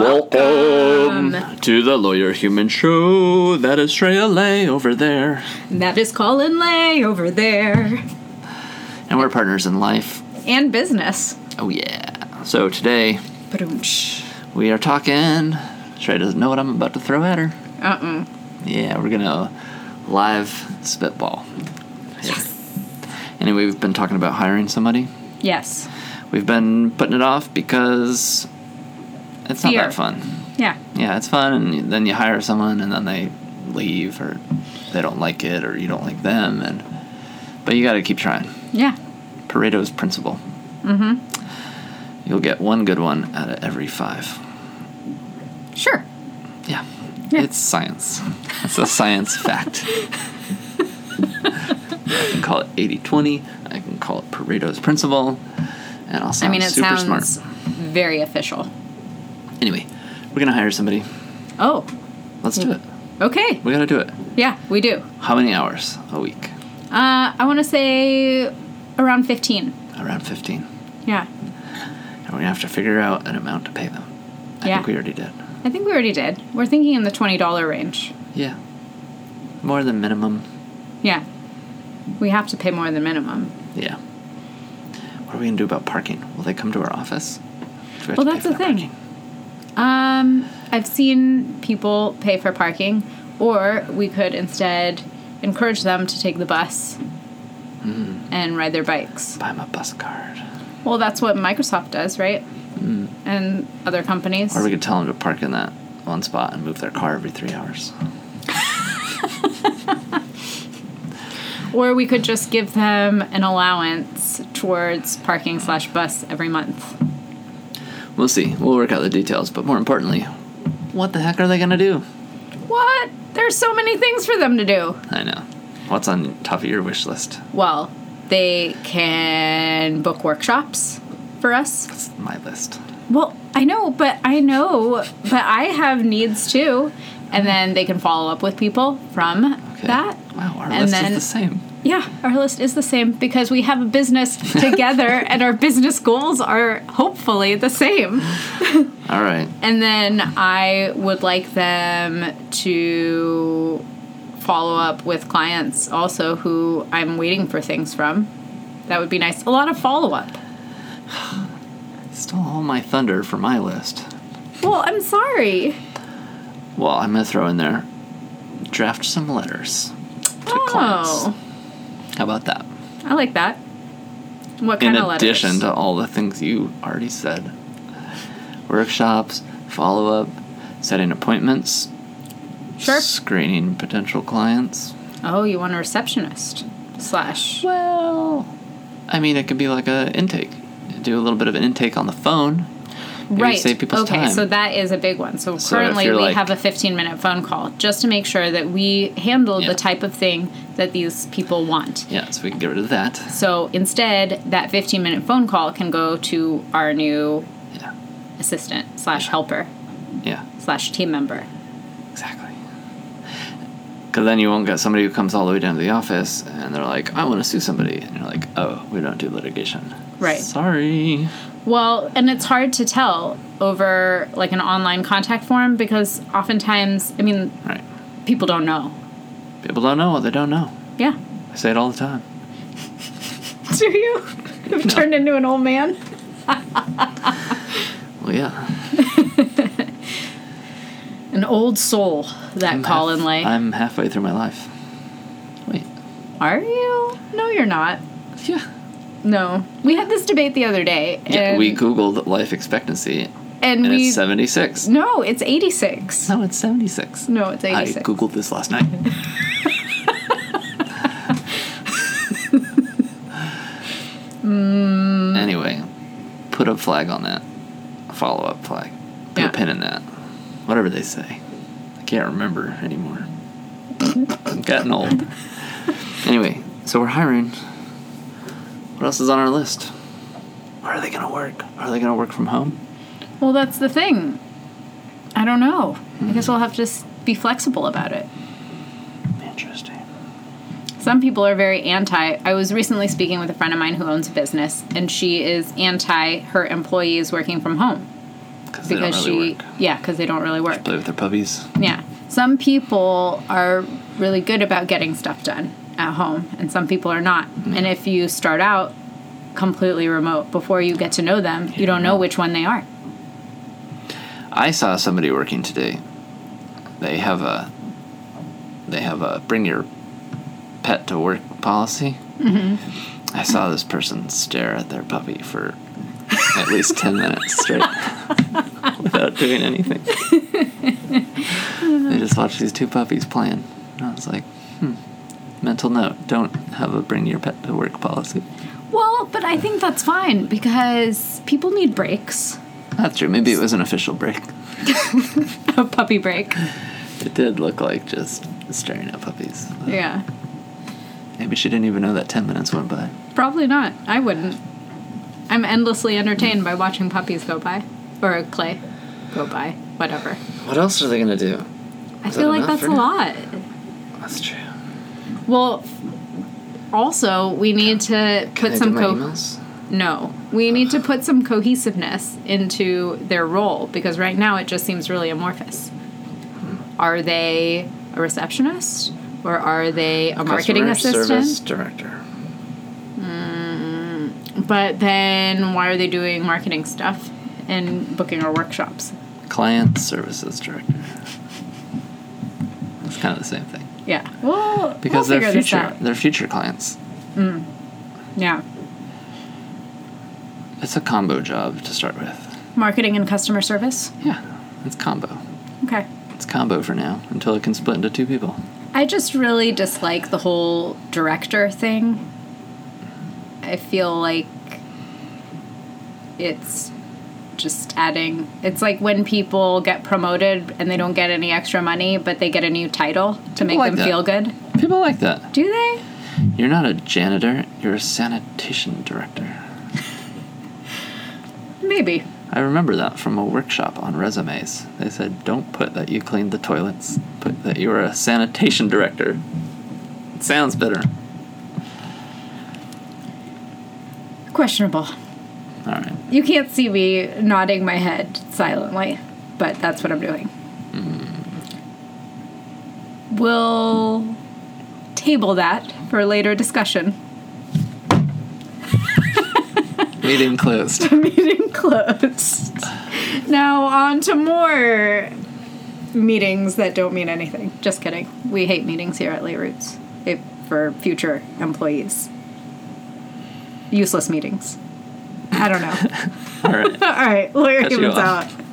Welcome. to the Lawyer Human Show. That is Shreya Lay over there. And That is Colin Lay over there. And we're partners in life. And business. Oh, yeah. So today Ba-doom-tsh. we are talking. Shreya doesn't know what I'm about to throw at her. Uh-uh. Yeah, we're going to live spitball. Yes. Anyway, we've been talking about hiring somebody. Yes. We've been putting it off because it's not Fear. that fun. Yeah. Yeah, it's fun, and you- then you hire someone, and then they leave, or they don't like it, or you don't like them, and but you got to keep trying. Yeah. Pareto's principle. Mm-hmm. Mm-hmm. You'll get one good one out of every five. Sure. Yeah, Yeah. it's science. It's a science fact. I can call it 80-20. I can call it Pareto's principle, and I'll I sound mean, it super sounds smart. very official. Anyway, we're gonna hire somebody. Oh, Let's do it. okay. We gotta do it. Yeah, we do. How many hours a week? Uh, I want to say around 15. Around 15. Yeah. And we're gonna have to figure out an amount to pay them. I Yeah. think we already did. I think we already did. We're thinking in the $20 range. Yeah. More than minimum. Yeah. We have to pay more than minimum. Yeah. What are we gonna do about parking? Will they come to our office? Do we have Well, to pay that's for the their thing. Um, I've seen people pay for parking, or we could instead encourage them to take the bus and ride their bikes. Buy 'em a bus card. Well, that's what Microsoft does, right? And other companies. Or we could tell them to park in that one spot and move their car every three hours. or we could just give them an allowance towards parking slash bus every month. We'll see. We'll work out the details. But more importantly, what the heck are they gonna do? What? There's so many things for them to do. I know. What's on top of your wish list? Well, they can book workshops for us. It's my list. Well, I know, but I know, but I have needs too. And then they can follow up with people from that. Wow, our and list then, is the same. Yeah, our list is the same because we have a business together and our business goals are hopefully the same. All right. And then I would like them to follow up with clients also who I'm waiting for things from. That would be nice. A lot of follow up. Stole all my thunder for my list. Well, I'm sorry. Well, I'm gonna throw in there. Draft some letters. clients. Oh. How about that? I like that. What In kind of letters? addition to all the things you already said. Workshops, follow up, setting appointments, Sure. screening potential clients. Oh, you want a receptionist slash? Well, I mean, it could be like a intake. Do a little bit of an intake on the phone. Maybe right. Save people's okay, time. so that is a big one. So, So if currently you're we like- have a 15 minute phone call just to make sure that we handle Yeah. the type of thing that these people want. yeah, so we can get rid of that. So instead, that 15 minute phone call can go to our new Yeah. assistant slash helper Yeah. slash team member. Exactly. Because then you won't get somebody who comes all the way down to the office and they're like, I want to sue somebody. And you're like, oh, we don't do litigation. Right. Sorry. Well, and it's hard to tell over like an online contact form because oftentimes, I mean, Right. people don't know. People don't know what they don't know. Yeah. I say it all the time. Do you? You've turned into an old man. Well, yeah. An old soul, that Colin half- Lay. I'm halfway through my life. Wait. Are you? No, you're not. Yeah. No. We had this debate the other day. And, yeah we Googled life expectancy and and we. it's 76. No, it's 86. No, it's 76. No, it's I 86. Googled this last night. Mm. Anyway, put a flag on that. A follow up flag. Put Yeah. a pin in that. Whatever they say. I can't remember anymore. I'm getting old. Anyway, so we're hiring. What else is on our list? Where are they going to work? Are they going to work from home? Well, that's the thing. I don't know. I guess we'll have to s- be flexible about it. Interesting. Some people are very anti. I was recently speaking with a friend of mine who owns a business, and she is anti her employees working from home. because they don't because really she work. yeah because they don't really work. Play with their puppies. Yeah. Some people are really good about getting stuff done at home, and some people are not. And if you start out completely remote before you get to know them, you don't know which one they are. I saw somebody working today. They have a they have a bring your pet to work policy. I saw this person stare at their puppy for at least ten minutes straight without doing anything. they just watched these two puppies playing. And I was like, hmm. Mental note: Don't have a bring your pet to work policy. Well, but I think that's fine because people need breaks. That's true. Maybe it was an official break. A puppy break. It did look like just staring at puppies. Yeah. Maybe she didn't even know that 10 minutes went by. Probably not. I wouldn't. I'm endlessly entertained by watching puppies go by or clay go by, whatever. What else are they going to do? I Is feel that like enough that's for a now? lot. That's true. Well, also, we need to put some co- No, we need to put some cohesiveness into their role because right now it just seems really amorphous. Are they a receptionist or are they a marketing assistant? director. But then why are they doing marketing stuff and booking our workshops? Client services director. It's kind of the same thing. Yeah. Well, Because we'll they're figure this future out. they're future clients. Yeah. It's a combo job to start with. Marketing and customer service. Yeah. It's combo. Okay. It's combo for now until it can split into two people. I just really dislike the whole director thing. I feel like it's just adding. It's like when people get promoted and they don't get any extra money, but they get a new title to make like them that. feel good. People like that. Do they? You're not a janitor, you're a sanitation director. Maybe. I remember that from a workshop on resumes. They said, don't put that you cleaned the toilets, put that you were a sanitation director. It sounds better. Questionable. All right. You can't see me nodding my head silently, but that's what I'm doing. Mm-hmm. We'll table that for later discussion. Meeting closed. meeting closed. Now on to more meetings that don't mean anything. Just kidding. We hate meetings here at Lay Roots. It, for future employees. Useless meetings. I don't know. All right. All right, Larry Cut you Human's off. out.